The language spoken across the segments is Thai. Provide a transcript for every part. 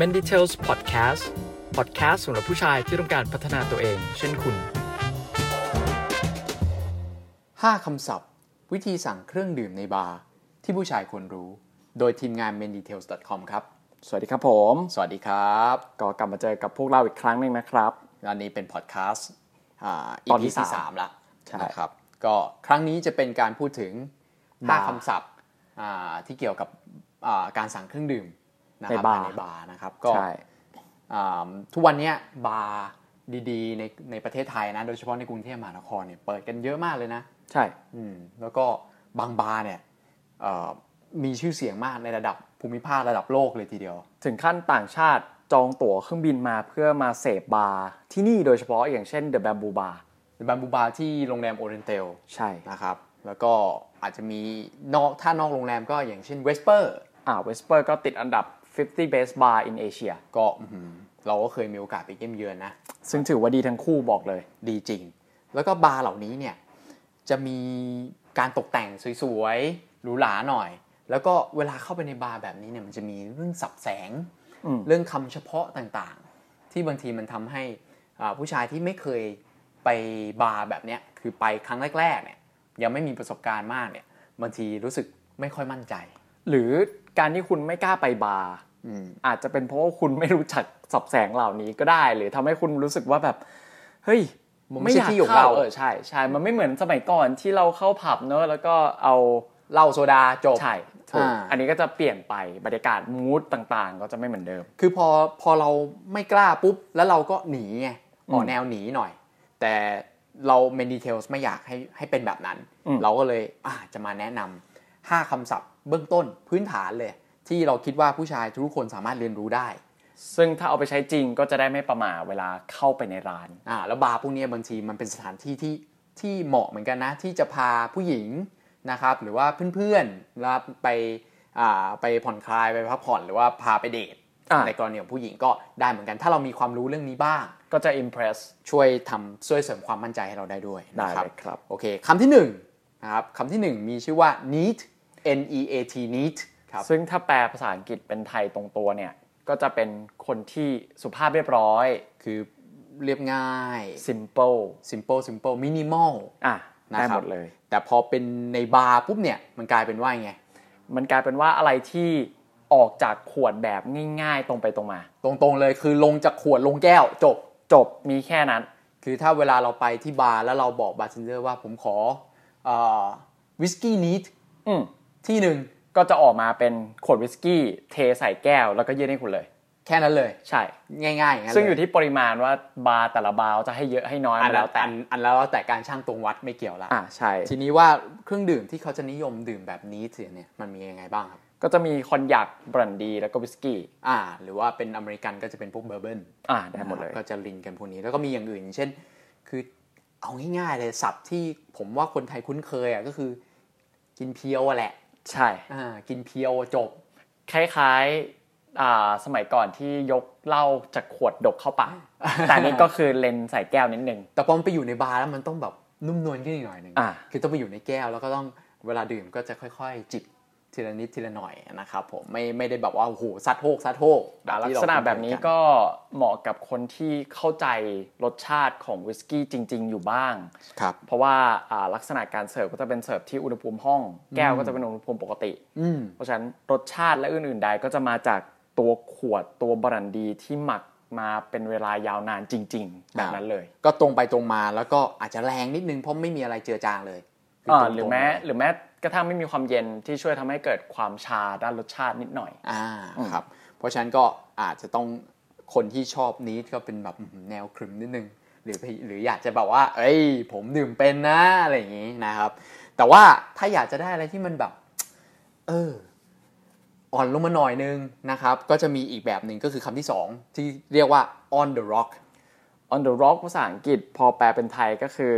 m e n d i t a l s Podcast Podcast สำหรับผู้ชายที่ต้องการพัฒนาตัวเอง เช่นคุณ 5 คำศัพท์ วิธีสั่งเครื่องดื่มในบาร์ที่ผู้ชายควรรู้ โดยทีมงาน m e n d e t a i l s c o m ครับ สวัสดีครับผม สวัสดีครับ ก็กลับมาเจอกับพวกเราอีกครั้งหนึ่งนะครับ อันนี้เป็นพอดแคสต์อี ตอน พี ที่ ที่ สาม 3ละ ใช่ นะครับ ก็ครั้งนี้จะเป็นการพูดถึง 5 บาร์ คำศัพท์อ่าที่เกี่ยวกับอ่าการสั่งเครื่องดื่มนะครั ในบาร์ ภยในบาร์นะครับก็ ใช่ อ่าทุกวันเนี้ยบาร์ดีๆ ในในประเทศไทยนะ โดยเฉพาะในกรุงเทพมหานครเนี่ยเปิดกันเยอะมากเลยนะ ใช่ อืมแล้วก็บางบาร์เนี่ยเอ่อมีชื่อเสียงมากในระดับภูมิภาคระดับโลกเลยทีเดียว ถึงขั้นต่างชาติจองตั๋วเครื่องบินมาเพื่อมาเสพบาร์ที่นี่โดยเฉพาะอย่างเช่น The Bamboo Bar บันบูบาร์ที่โรงแรมโอเรนเตล ใช่ นะครับ แล้วก็อาจจะมีนอกถ้านอกโรงแรมก็อย่างเช่นเวสเปอร์ อ่า Whisper ก็ติดอันดับ 50 best bar in Asia ก็อื้อหือเราก็เคยมีโอกาสไปเยี่ยมเยือนนะ ซึ่งถือว่าดีทั้งคู่บอกเลย ดีจริง แล้วก็บาร์เหล่านี้เนี่ยจะมีการตกแต่งสวยๆหรูหราหน่อย แล้วก็เวลาเข้าไปในบาร์แบบนี้เนี่ยมันจะมีเรื่องสับแสง อืม เรื่องคำเฉพาะต่างๆ ที่บางทีมันทำให้อ่าผู้ชายที่ไม่เคยไปบาร์แบบเนี้ยคือไปครั้งแรกๆเนี่ยยังไม่มีประสบการณ์มากเนี่ยบางทีรู้สึกไม่ค่อยมั่นใจ หรือการที่คุณไม่กล้าไปบาร์อาจจะเป็นเพราะว่าคุณไม่รู้จักสับแสงเหล่านี้ก็ได้ หรือทำให้คุณรู้สึกว่าแบบ เฮ้ย มันไม่ใช่ที่ของเรา เออใช่ใช่มันไม่เหมือนสมัยก่อนที่เราเข้าผับเนอะแล้วก็เอา เหล้าโซดาจบ ใช่ถูก อ่า อันนี้ก็จะเปลี่ยนไปบรรยากาศมูดต่างๆ ก็จะไม่เหมือนเดิม คือพอพอเราไม่กล้าปุ๊บ แล้วเราก็หนีไงออกแนวหนีหน่อย แต่เราเมนดีเทลไม่อยากให้ให้เป็นแบบนั้น อืม เราก็เลยอาจะมาแนะนำห้าคำศัพท์เบื้องต้นพื้นฐานเลย ที่เราคิดว่าผู้ชายทุกคนสามารถเรียนรู้ได้ ซึ่งถ้าเอาไปใช้จริงก็จะได้ไม่ประมาทเวลาเข้าไปในร้าน อ่าแล้วบาร์พวกเนี้ยบางทีมันเป็นสถานที่ที่ที่เหมาะเหมือนกันนะ ที่จะพาผู้หญิงนะครับหรือว่าเพื่อนๆแล้วไปอ่าไปผ่อนคลายไปพักผ่อนหรือว่าพาไปเดท อ่า ในกรณีของผู้หญิงก็ได้เหมือนกัน ถ้าเรามีความรู้เรื่องนี้บ้าง ก็จะอิมเพรส ช่วยทำช่วยเสริมความมั่นใจให้เราได้ด้วยนะ ได้เลยครับ โอเคคำที่หนึ่งนะครับคำที่หนึ่งมีชื่อว่า neat n e a t neat ครับ ซึ่งถ้าแปลภาษาอังกฤษเป็นไทยตรงตัวเนี่ย ก็จะเป็นคนที่สุภาพเรียบร้อย คือเรียบง่าย simple simple simple minimal อ่ะ นะ ได้ ครั หมบดเลย แต่พอเป็นในบาร์ปุ๊บเนี่ย มันกลายเป็นว่าไง มันกลายเป็นว่าอะไรที่ออกจากขวดแบบง่ายๆ ตรงไปตรงมา ตรงๆเลยคือลงจากขวดลงแก้วจบ จบมีแค่นั้น คือถ้าเวลาเราไปที่บาร์แล้วเราบอกบาร์เทนเดอร์ว่าผมขอวิสกี้นีท อืม ที่หนึ่ง ก็จะออกมาเป็นขวดวิสกี้เทใส่แก้วแล้วก็ยื่นให้คุณเลย แค่นั้นเลย ใช่ ง่ายๆอย่างนั้นเล ซึ่งอยู่ที่ปริมาณว่าบาร์แต่ละบาร์จะให้เยอะให้น้อย อั มาน แล้ แล้ว ว แต่ แต่ อันอันแล้วแต่การช่างตวงวัดไม่เกี่ยวละ อ่าใช่ ทีนี้ว่าเครื่องดื่มที่เขาจะนิยมดื่มแบบนี้เสียเนี่ยมันมียังไงบ้างครับ ก็จะมีคอนยักบรันดี แล้วก็วิสกี้ อ่า หรือว่าเป็นอเมริกันก็จะเป็นพวกเบอร์เบิล อ่าได้หมดเลย ก็จะลินกันพวกนี้แล้วก็มีอย่างอื่นอย่างเช่น คือเอาง่ายๆเลยศัพท์ที่ผมว่าคนไทยคุ้นเคยอ่ะก็คือ กินเพียวอะแหละ ใช่ อ่ากินเพียวจบ คล้ายๆอ่าสมัยก่อนที่ยกเหล้าจากขวดดกเข้าปากแต่อันนี่ก็คือเลนใส่แก้วนิดนึง แต่พอมันไปอยู่ในบาร์แล้วมันต้องแบบนุ่มนวลขึ้นอีกหน่อยหนึ่ง อ่า คือต้องไปอยู่ในแก้วแล้วก็ต้องเวลาดื่มก็จะค่อยๆ จิบทีละนิดทีละหน่อยนะครับผมไม่ไม่ได้แบบว่าโอ้โหซัดโฮกซัดโฮก อ่าลัก ที่เรา ษณะ คุ้นเคย แบบนี้ น ก็เหมาะกับคนที่เข้าใจรสชาติของวิสกี้จริง ๆ อยู่บ้าง ครับ เพราะว่าอ่าลักษณะการเสิร์ฟก็จะเป็นเสิร์ฟที่อุณหภูมิห้อง แก้วก็จะเป็นอุณหภูมิปกติ อืม เพราะฉะนั้นรสชาติและอื่นๆใดก็จะมาจากตัวขวดตัวบรันดีที่หมักมาเป็นเวลายาวนานจริง ๆ แบบนั้นเลย ก็ตรงไปตรงมาแล้วก็อาจจะแรงนิดนึงเพราะไม่มีอะไรเจือจางเลยคื อ่า ตงๆ หรือแม้ เลย หรือแม้กระทั่งไม่มีความเย็นที่ช่วยทำให้เกิดความชาด้านรสชาตินิดหน่อย อ่าครับเพราะฉะนั้นก็อาจจะต้องคนที่ชอบนี้ก็เป็นแบบแนวครึมนิดนึง หรือหรืออยากจะแบบว่า เอ้ย ผมดื่มเป็นนะอะไรอย่างนี้นะครับ แต่ว่าถ้าอยากจะได้อะไรที่มันแบบ เออ อ่อนลงมาหน่อยนึงนะครับ ก็จะมีอีกแบบหนึ่งก็คือคำที่สองที่เรียกว่า on the rock on the rock ภาษาอังกฤษพอแปลเป็นไทยก็คือ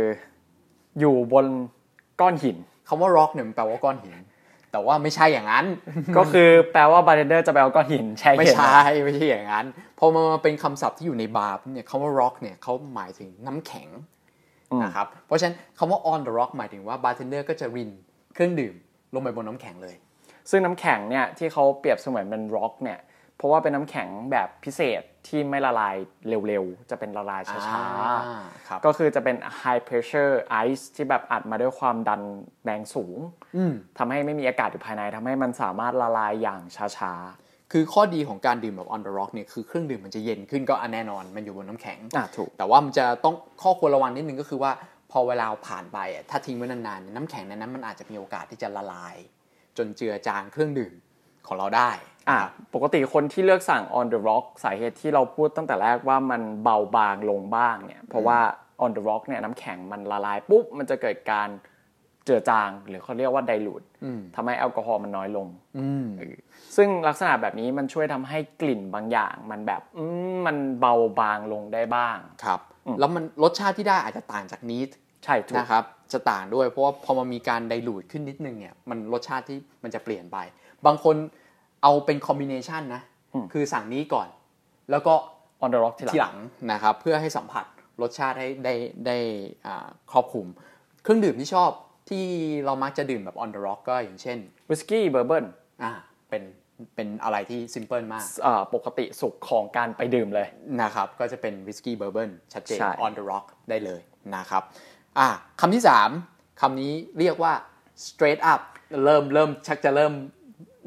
อยู่บนก้อนหิน คำว่า rock เนี่ยมันแปลว่าก้อนหิน แต่ว่าไม่ใช่อย่างนั้น ก็คือแปลว่าบาร์เทนเดอร์จะไปเอาก้อนหินใช่ ไม่ เห็น ใช่ไม่ ใช่อย่างนั้น พอมันมาเป็นคำศัพท์ที่อยู่ในบาร์ปุ๊บเนี่ยคำว่า rock เนี่ยเขาหมายถึงน้ำแข็งนะครับ เพราะฉะนั้นคำว่า on the rock หมายถึงว่าบาร์เทนเดอร์ก็จะรินเครื่องดื่มลงไปบนน้ำแข็งเลย ซึ่งน้ำแข็งเนี่ยที่เขาเปรียบเสมือนเป็น rock เนี่ย เพราะว่าเป็นน้ำแข็งแบบพิเศษที่ไม่ละลายเร็วๆ จะเป็นละลายช้า อ่ ๆ ครับ ก็คือจะเป็น high pressure ice ที่แบบอัดมาด้วยความดันแรงสูง อืม ทำให้ไม่มีอากาศอยู่ภายในทำให้มันสามารถละลายอย่างช้า คือข้อดีของการดื่มแบบ on the rock เนี่ยคือเครื่องดื่มมันจะเย็นขึ้นก็อันแน่นอนมันอยู่บนน้ำแข็ง ๆอ่ะถูก แต่ว่ามันจะต้องข้อควรระวังนิดนึงก็คือว่าพอเวลาผ่านไปอ่ะถ้าทิ้งไว้นานๆเนี่ยน้ำแข็งในนั้นมันอาจจะมีโอกาสที่จะละลาย จนเจือจางเครื่องดื่มของเราได้ อ่ะ ครับ ปกติคนที่เลือกสั่ง on the rock สาเหตุที่เราพูดตั้งแต่แรกว่ามันเบาบางลงบ้างเนี่ย เพราะว่า on the rock เนี่ยน้ำแข็งมันละลายปุ๊บ มันจะเกิดการเจือจาง หรือเขาเรียกว่า dilute อืม ทำให้แอลกอฮอล์มันน้อยลง อืม ซึ่งลักษณะแบบนี้มันช่วยทำให้กลิ่นบางอย่าง มันแบบอืมมันเบาบางลงได้บ้าง ครับ แล้วมันรสชาติที่ได้อาจจะต่างจากนี้ ใช่ถูก นะครับ จะต่างด้วยเพราะว่าพอมันมีการไดลูดขึ้นนิดนึงเนี่ยมันรสชาติที่มันจะเปลี่ยนไป บางคนเอาเป็นคอมบิเนชันนะ อืม คือสั่งนี้ก่อน แล้วก็ on the rock ทีหลัง ทีหลังนะครับเพื่อให้สัมผัสรสชาติให้ได้ได้อ่าครอบคลุม เครื่องดื่มที่ชอบที่เรามักจะดื่มแบบ on the rock ก็อย่างเช่น วิสกี้เบอร์เบิร์น อ่าเป็นเป็นอะไรที่ simple มาก อ่าปกติสุขของการไปดื่มเลย นะครับก็จะเป็นวิสกี้เบอร์เบิชัดเจน ใช่ on the rock ได้เลยนะครับอ่าคำที่ 3คำนี้เรียกว่า straight up เริ่มเริ่มชักจะเริ่ม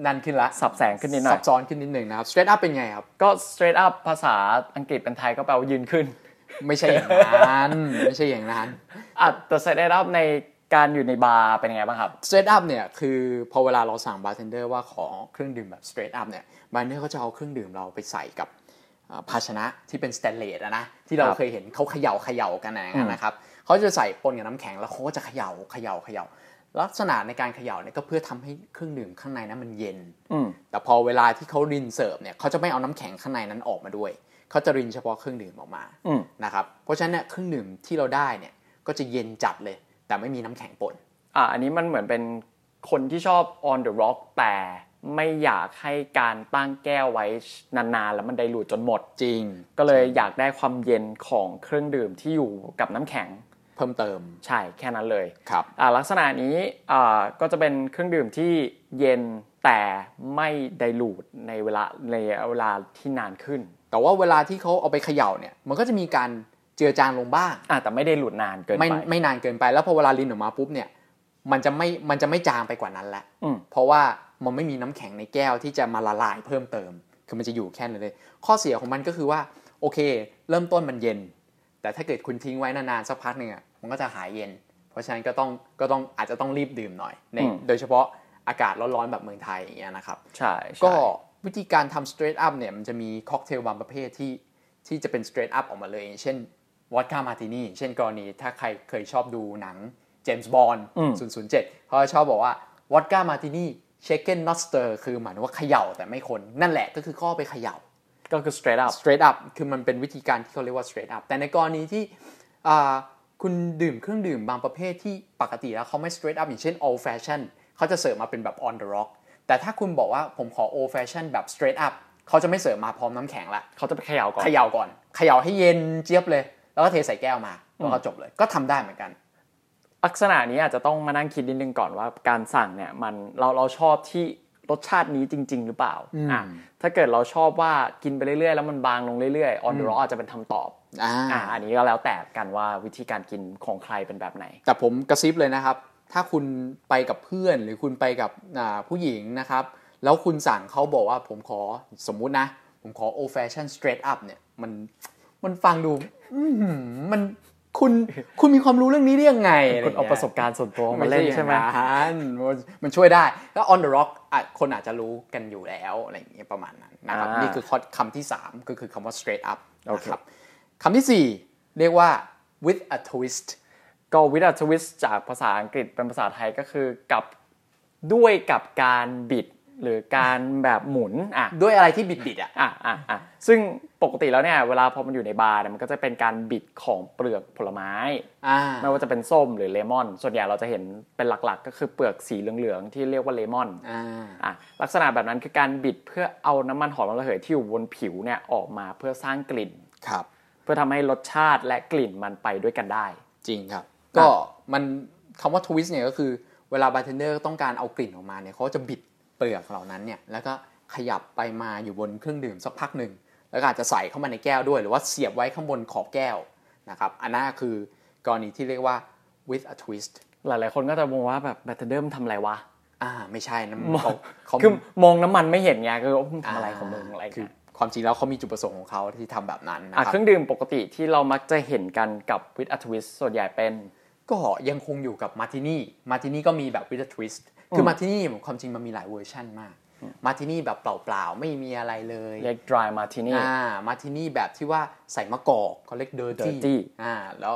นั่นขึ้นละ สับแสงขึ้นนิดหน่อย ซับซ้อนขึ้นนิดหนึ่งนะครับ straight up เป็นไงครับ ก็ straight up ภาษาอังกฤษเป็นไทยก็แปลว่ายืนขึ้น ไม่ใช่อย่างนั้น ไม่ใช่อย่างนั้น อ่ะแต่ straight up ในการอยู่ในบาร์เป็นยังไงบ้างครับ สเตรทอัพเนี่ยคือพอเวลาเราสั่งบาร์เทนเดอร์ว่าขอเครื่องดื่มแบบสเตรทอัพเนี่ยบาร์เทนเดอร์เขาจะเอาเครื่องดื่มเราไปใส่กับอ่าภาชนะที่เป็นสแตนเลสอะนะที่เรา ครับ เคยเห็นเขาเขย่าเขย่ากันนะ อืม นะครับเขาจะใส่ปนกับน้ำแข็งแล้วเขาก็จะเขย่าเขย่าเขย่าลักษณะในการเขย่าเนี่ยก็เพื่อทำให้เครื่องดื่มข้างในนั้นมันเย็น อืม แต่พอเวลาที่เขารินเสิร์ฟเนี่ยเขาจะไม่เอาน้ำแข็งข้างในนั้นออกมาด้วยเขาจะรินเฉพาะเครื่องดื่มออกมา อืม นะครับเพราะฉะนั้นเนี่ยเครื่องดื่มที่เราได้เนี่ยก็จะเย็นจัดเลย แต่ไม่มีน้ำแข็งปน อ่ะอันนี้มันเหมือนเป็นคนที่ชอบ on the rock แต่ไม่อยากให้การตั้งแก้วไว้นานๆ แล้วมันไดรูดจนหมด จริง ก็เลยอยากได้ความเย็นของเครื่องดื่มที่อยู่กับน้ำแข็ง เพิ่มเติม ใช่แค่นั้นเลย ครับ อ่าลักษณะนี้อ่าก็จะเป็นเครื่องดื่มที่เย็นแต่ไม่ไดลูดในเวลาในเวลาที่นานขึ้น แต่ว่าเวลาที่เขาเอาไปเขย่าเนี่ย มันก็จะมีการเจือจางลงบ้าง อ่าแต่ไม่ได้หลุดนานเกินไป ไม่ไม่นานเกินไป แล้วพอเวลาลินออกมาปุ๊บเนี่ย มันจะไม่มันจะไม่จางไปกว่านั้นแหละ อืม เพราะว่ามันไม่มีน้ำแข็งในแก้วที่จะมาละลายเพิ่มเติม คือมันจะอยู่แค่นั้นเลย ข้อเสียของมันก็คือว่า โอเค เริ่มต้นมันเย็น แต่ถ้าเกิดคุณทิ้งไว้นานๆสักพักหนึ่งอะมันก็จะหายเย็น เพราะฉะนั้นก็ต้องก็ต้องอาจจะต้องรีบดื่มหน่อยในโดยเฉพาะอากาศร้อนๆแบบเมืองไทยอย่างเงี้ยนะครับ ใช่ใช่ ก็วิธีการทำ straight up เนี่ยมันจะมีค็อกเทลบางประเภทที่ที่จะเป็น straight up ออกมาเลยอย่างเช่นวอดก้ามาร์ตินี่เช่นกรณีถ้าใครเคยชอบดูหนังเจมส์บอนด์007 เขาจะชอบบอกว่าวอดก้ามาร์ตินี่เชคเก้นนอสเตอร์คือหมายถึงว่าเขย่าแต่ไม่คน นั่นแหละก็คือเข้อไปเขย่า ก็คือ straight up straight up คือมันเป็นวิธีการที่เขาเรียกว่า straight up แต่ในกรณีที่อ่าคุณดื่มเครื่องดื่มบางประเภทที่ปกติแล้วเขาไม่ straight up อย่างเช่น old fashion เขาจะเสิร์ฟมาเป็นแบบ on the rock แต่ถ้าคุณบอกว่าผมขอ old fashion แบบ straight up เขาจะไม่เสิร์ฟมาพร้อมน้ำแข็งละ เขาจะไปเขย่าก่อน เขย่าก่อนเขย่าให้เย็นเจี๊ยบเลย แล้วก็เทใส่แก้วมา แล้วก็จบเลย ก็ทำได้เหมือนกัน ลักษณะนี้อาจจะต้องมานั่งคิดนิดนึงก่อนว่าการสั่งเนี่ยมันเราเราชอบที่รสชาตินี้จริง ๆ หรือเปล่าอ่ะถ้าเกิดเราชอบว่ากินไปเรื่อยๆ แล้วมันบางลงเรื่อยๆ on the rock อาจจะเป็นคำตอบ อ่า อ่ะอันนี้ก็แล้วแต่กันว่าวิธีการกินของใครเป็นแบบไหน แต่ผมกระซิบเลยนะครับ ถ้าคุณไปกับเพื่อนหรือคุณไปกับอ่าผู้หญิงนะครับ แล้วคุณสั่งเขาบอกว่าผมขอสมมุตินะ ผมขอ old fashion straight up เนี่ย มันมันฟังดูอื้อหือมันคุณคุณมีความรู้เรื่องนี้ได้ยังไงไ คุณเอาประสบการณ์ส่วนตัวมา ไม่ เล่ ใช่ น อย่าง ใช่ไหม นั้นมันมันช่วยได้ แล้ว on the rock อ่ะคนอาจจะรู้กันอยู่แล้วอะไรอย่างเงี้ยประมาณนั้นนะครับ อ่านี่ นี่คือข้อคำที่ 3 ก็คือคำว่า straight up โอ นะ เค ครับคำทีสี่ 4 เรียกว่า with a twist ก็วิดาทวิสจากภาษาอังกฤษเป็นภาษาไทยก็คือกับด้วยกับการบิดหรือการแบบหมุนอ่ะ ด้วยอะไรที่บิดๆอ่ะ อ่ะอ่ะอ่ะซึ่งปกติแล้วเนี่ยเวลาพอมันอยู่ในบาร์เนี่ยมันก็จะเป็นการบิดของเปลือกผลไม้ อ่า ไม่ว่าจะเป็นส้มหรือเลมอน ส่วนใหญ่เราจะเห็นเป็นหลักๆ ก็คือเปลือกสีเหลืองๆที่เรียกว่าเลมอน อ่า อ่ะลักษณะแบบนั้นคือการบิดเพื่อเอาน้ำมันหอมระเหยที่อยู่บนผิวเนี่ยออกมาเพื่อสร้างกลิ่น ครับ เพื่อทำให้รสชาติและกลิ่นมันไปด้วยกันได้ จริงครับ ก็มันคำว่าทวิสต์เนี่ยก็คือเวลาบาร์เทนเดอร์ต้องการเอากลิ่นออกมาเนี่ยเขาจะบิดเปลือกเหล่านั้นเนี่ยแล้วก็ ขยับไปมาอยู่บนเครื่องดื่มสักพักหนึ่ง แล้วก็อาจจะใส่เข้ามาในแก้วด้วย หรือว่าเสียบไว้ข้างบนขอบแก้วนะครับอันนั้นคือกรณีที่เรียกว่า with a twist หลายๆ คนก็จะมองว่าแบบแบตเตอร์เดิมทำอะไรวะ อ่าไม่ ใช่นะ มอง เขาเขา คือมองน้ำมันไม่เห็นไงคือว่ามึงทำอะไรของมึงอะไร คื เงี้ย ความจริงแล้วเขามีจุดประสงค์ของเขาที่ทำแบบนั้นนะ อ่ะ ครั เค บ รื่องดื่มปกติที่เรามักจะเห็นกันกับวิตอัทวิสส่วนใหญ่เป็น ก็ยังคงอยู่กับมาร์ตินี่ มาร์ตินี่ก็มีแบบวิตทวิสต์ คือมาร์ตินี่ความจริงมันมีหลายเวอร์ชั่นมาก มาร์ตินี่แบบเปล่าๆ ไม่มีอะไรเลย เรียก dry martini อ่ามาร์ตินี่แบบที่ว่าใส่มะกอกเขาเรียกเดอร์ dirty อ่าแล้ว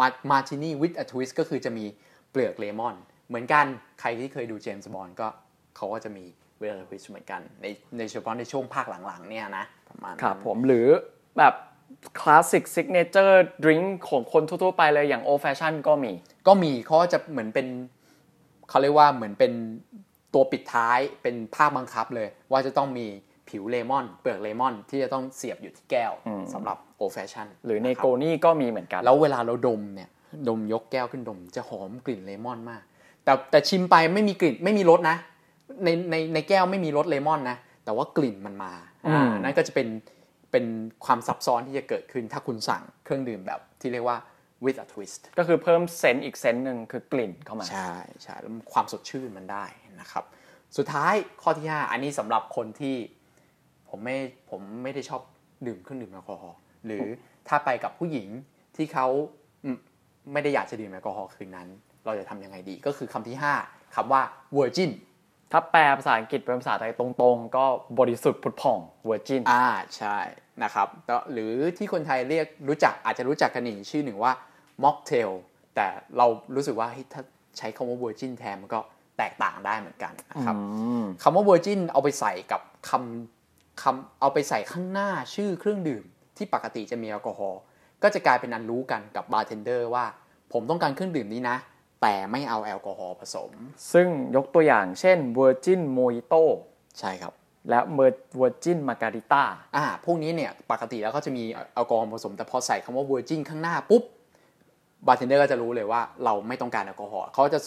มามาร์ตินี่วิตทวิสต์ก็คือจะมีเปลือกเลมอน เหมือนกันใครที่เคยดูเจมส์บอนด์ก็เขาก็จะมีวิตทวิสต์เหมือนกัน ในในเฉพาะในช่วงภาคหลังๆเนี่ยนะประมาณนั้น ครับผมหรือแบบคลาสสิก s ิกเนเจอร์ดริงของคนทั่วๆไปเลยอย่างโอแฟชั่นก็มี ก็มีเขาจะเหมือนเป็นเขาเรียกว่าเหมือนเป็นตัวปิดท้ายเป็นภาคบังคับเลย ว่าจะต้องมีผิวเลมอน เปลือกเลมอน ที่จะต้องเสียบอยู่ที่แก้วสำหรับโอแฟชั่น หรือเนโก ะค นี่ก็มีเหมือนกัน บแล้วเวลาเราดมเนี่ย ดมยกแก้วขึ้นดม จะหอมกลิ่นเลมอนมาก แต่แต่ชิมไปไม่มีกลิ่นไม่มีรสนะ ในในในแก้วไม่มีรสเลมอนนะ แต่ว่ากลิ่นมันมา อืม อ่านั่นก็จะเป็นเป็นความซับซ้อนที่จะเกิดขึ้นถ้าคุณสั่งเครื่องดื่มแบบที่เรียกว่า with a twist ก็คือเพิ่มเซนต์อีกเซนต์หนึ่งคือกลิ่นเข้ามา ใช่ใช่แล้วความสดชื่นมันได้นะครับ สุดท้ายข้อที่ 5 อันนี้สำหรับคนที่ผมไม่ผมไม่ได้ชอบดื่มเครื่องดื่มแอลกอฮอล์หรือถ้าไปกับผู้หญิงที่เขาอืมไม่ได้อยากจะดื่มแอลกอฮอล์คืนนั้น เราจะทำยังไงดีก็คือคำที่ 5คำว่า virgin ถ้าแปลภาษาอังกฤษเป็นภาษาไทยตรงๆ ก็บริสุทธิ์ผุดผ่อง virgin อ่าใช่นะครับแล้วหรือที่คนไทยเรียกรู้จักอาจจะรู้จักกันอีกชื่อหนึ่งว่า mocktail แต่เรารู้สึกว่าเฮ้ยถ้าใช้คำว่า virgin แทนมันก็แตกต่างได้เหมือนกันนะครับ อืม คำว่า Virgin เอาไปใส่กับคำคำเอาไปใส่ข้างหน้าชื่อเครื่องดื่ม ที่ปกติจะมีแอลกอฮอล์ก็จะกลายเป็นอันรู้กันกับบาร์เทนเดอร์ว่า ผมต้องการเครื่องดื่มนี้นะ แต่ไม่เอาแอลกอฮอล์ผสม ซึ่งยกตัวอย่างเช่น virgin mojito ใช่ครับ และ virgin margarita อ่าพวกนี้เนี่ยปกติแล้วก็จะมีแอลกอฮอล์ผสม แต่พอใส่คำว่า Virgin ข้างหน้าปุ๊บบาร์เทนเดอร์ก็จะรู้เลยว่าเราไม่ต้องการแอลกอฮอล์เขาจะ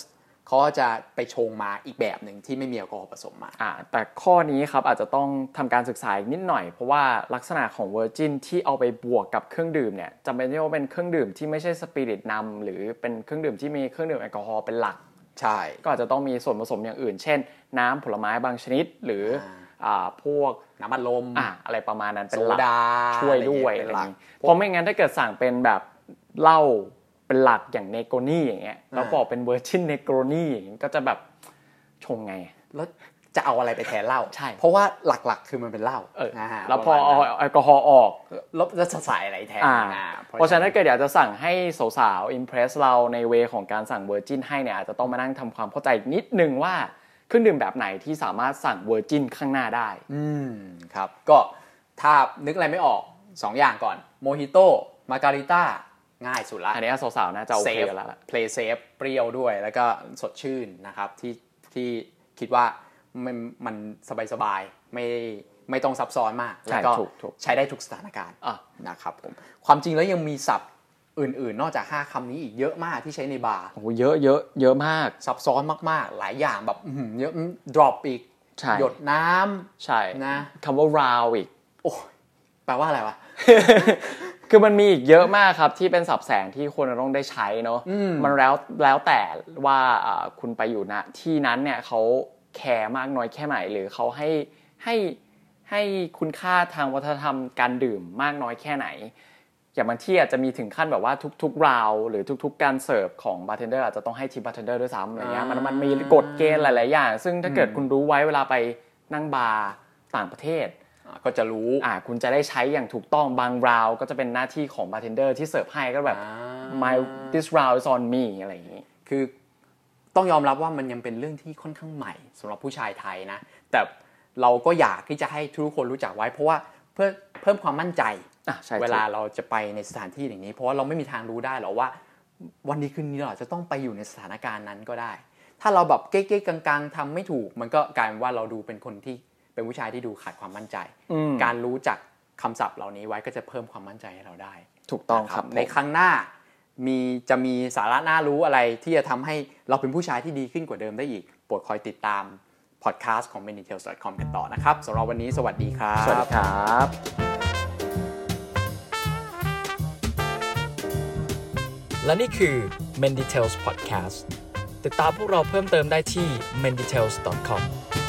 เขาจะไปชงมาอีกแบบหนึ่งที่ไม่มีแอลกอฮอล์ผสมมา อ่าแต่ข้อนี้ครับอาจจะต้องทำการศึกษาอีกนิดหน่อย เพราะว่าลักษณะของเวอร์จินที่เอาไปบวกกับเครื่องดื่มเนี่ยจำเป็นที่ว่าเป็นเครื่องดื่มที่ไม่ใช่สปิริตนำหรือเป็นเครื่องดื่มที่มีเครื่องดื่มแอลกอฮอล์เป็นหลัก ใช่ ก็อาจจะต้องมีส่วนผสมอย่างอื่น เช่น น้ำผลไม้บางชนิด หรืออ่าพวก น้ำอัดลม อ่าอะไรประมาณนั้นเป็ โซ นหลัก ดา ช่วยด้วย อะ อะไร ไร อางอย่ากเงี้เป็นหลังนี้เพราะไม่งั้นถ้าเกิดสั่งเป็นแบบเหล้าเป็นหลักอย่างเนโกนี่อย่างเงี้ยแล้วบอกเป็นเวอร์จินเนโกนี่อย่างงี้ก็จะแบบชงไง แล้วจะเอาอะไรไปแทนเหล้า ใช่ เพราะว่าหลักๆ คือมันเป็นเหล้า เอออา แล้วพอ ประ เอา มาณนั้น แอลกอฮอล์ออก แล้วจะใส่อะไรแทน อ่า อ่ เพราะฉะนั้นถ้าเกิดอยากจะสั่งให้สาวๆอิมเพรสเราในเวของการสั่งเวอร์จินให้เนี่ยอาจจะต้องมานั่งทำความเข้าใจนิดนึงว่าเครื่องดื่มแบบไหนที่สามารถสั่งเวอร์จินข้างหน้าได้ อืมครับ ก็ถ้านึกอะไรไม่ออก 2 อย่างก่อนโมฮิโต้มาการิต้าง่ายสุดละ อันนี้สาวๆน่าจะโอเคอยู่แล้วล่ะ เพลย์เซฟเปรี้ยวด้วยแล้วก็สดชื่นนะครับที่ที่คิดว่ามันมันสบายสบายๆไม่ไม่ต้องซับซ้อนมาก ใช่ แล้วก็ ถูกถูก ใช้ได้ทุกสถานการณ์ อ่ะ นะครับผมความจริงแล้วยังมีศัพท์อื่นๆ นอกจาก 5คำนี้อีกเยอะมากที่ใช้ในบาร์ โอ้โหเยอะเยอะเยอะมาก ซับซ้อนมากๆ หลายอย่างแบบอื้อหือเยอะดรอปอีก ใช่ หยดน้ำ ใช่ นะ คำว่าราวอีก โอ้ยแปลว่าอะไรวะ คือมันมีอีกเยอะมากครับที่เป็นสับแสงที่คนจะต้องได้ใช้เนอะมันแล้วแล้วแต่ว่าอ่าคุณไปอยู่ณที่นั้นเนี่ยเขาแคร์มากน้อยแค่ไหนหรือเขาให้ให้ให้คุณค่าทางวัฒนธรรมการดื่มมากน้อยแค่ไหน อย่างบางที่อาจจะมีถึงขั้นแบบว่าทุกๆราวหรือทุกๆ การเสิร์ฟของบาร์เทนเดอร์อาจจะต้องให้ทีมบาร์เทนเดอร์ด้วยซ้ำอะไรเงี้ยมันมันมีกฎเกณฑ์หลาย ๆ อย่าง ซึ่งถ้าเกิดคุณรู้ไว้เวลาไปนั่งบาร์ต่างประเทศ อ่ะก็จะรู้ อ่าคุณจะได้ใช้อย่างถูกต้องบางราวก็จะเป็นหน้าที่ของบาร์เทนเดอร์ที่เสิร์ฟให้ก็แบบ อ่า my this round is on me อะไรอย่างนี้ คือต้องยอมรับว่ามันยังเป็นเรื่องที่ค่อนข้างใหม่สำหรับผู้ชายไทยนะ แต่เราก็อยากที่จะให้ทุกคนรู้จักไว้ เพราะว่าเพื่อเพิ่มความมั่นใจ อ่ะใช่ เวลาเราจะไปในสถานที่อย่างนี้ เพราะว่าเราไม่มีทางรู้ได้หรอกว่า วันนี้คืนนี้เราอาจจะต้องไปอยู่ในสถานการณ์นั้นก็ได้ ถ้าเราแบบเก๊กๆกังๆทำไม่ถูก มันก็กลายเป็นว่าเราดูเป็นคนที่เป็นผู้ชายที่ดูขาดความมั่นใจ การรู้จักคำศัพท์เหล่านี้ไว้ก็จะเพิ่มความมั่นใจให้เราได้ ถูกต้องครับ ในครั้งหน้ามีจะมีสาระน่ารู้อะไรที่จะทำให้เราเป็นผู้ชายที่ดีขึ้นกว่าเดิมได้อีกโปรดคอยติดตาม พอดแคสต์ของ m a n y t a i l s c o m กันต่อนะครับสำหรับวันนี้สวัสดีครับ สวัสดีครับ และนี่คือ Menditales Podcast ติดตามพวกเราเพิ่มเติมได้ที่ menditales.com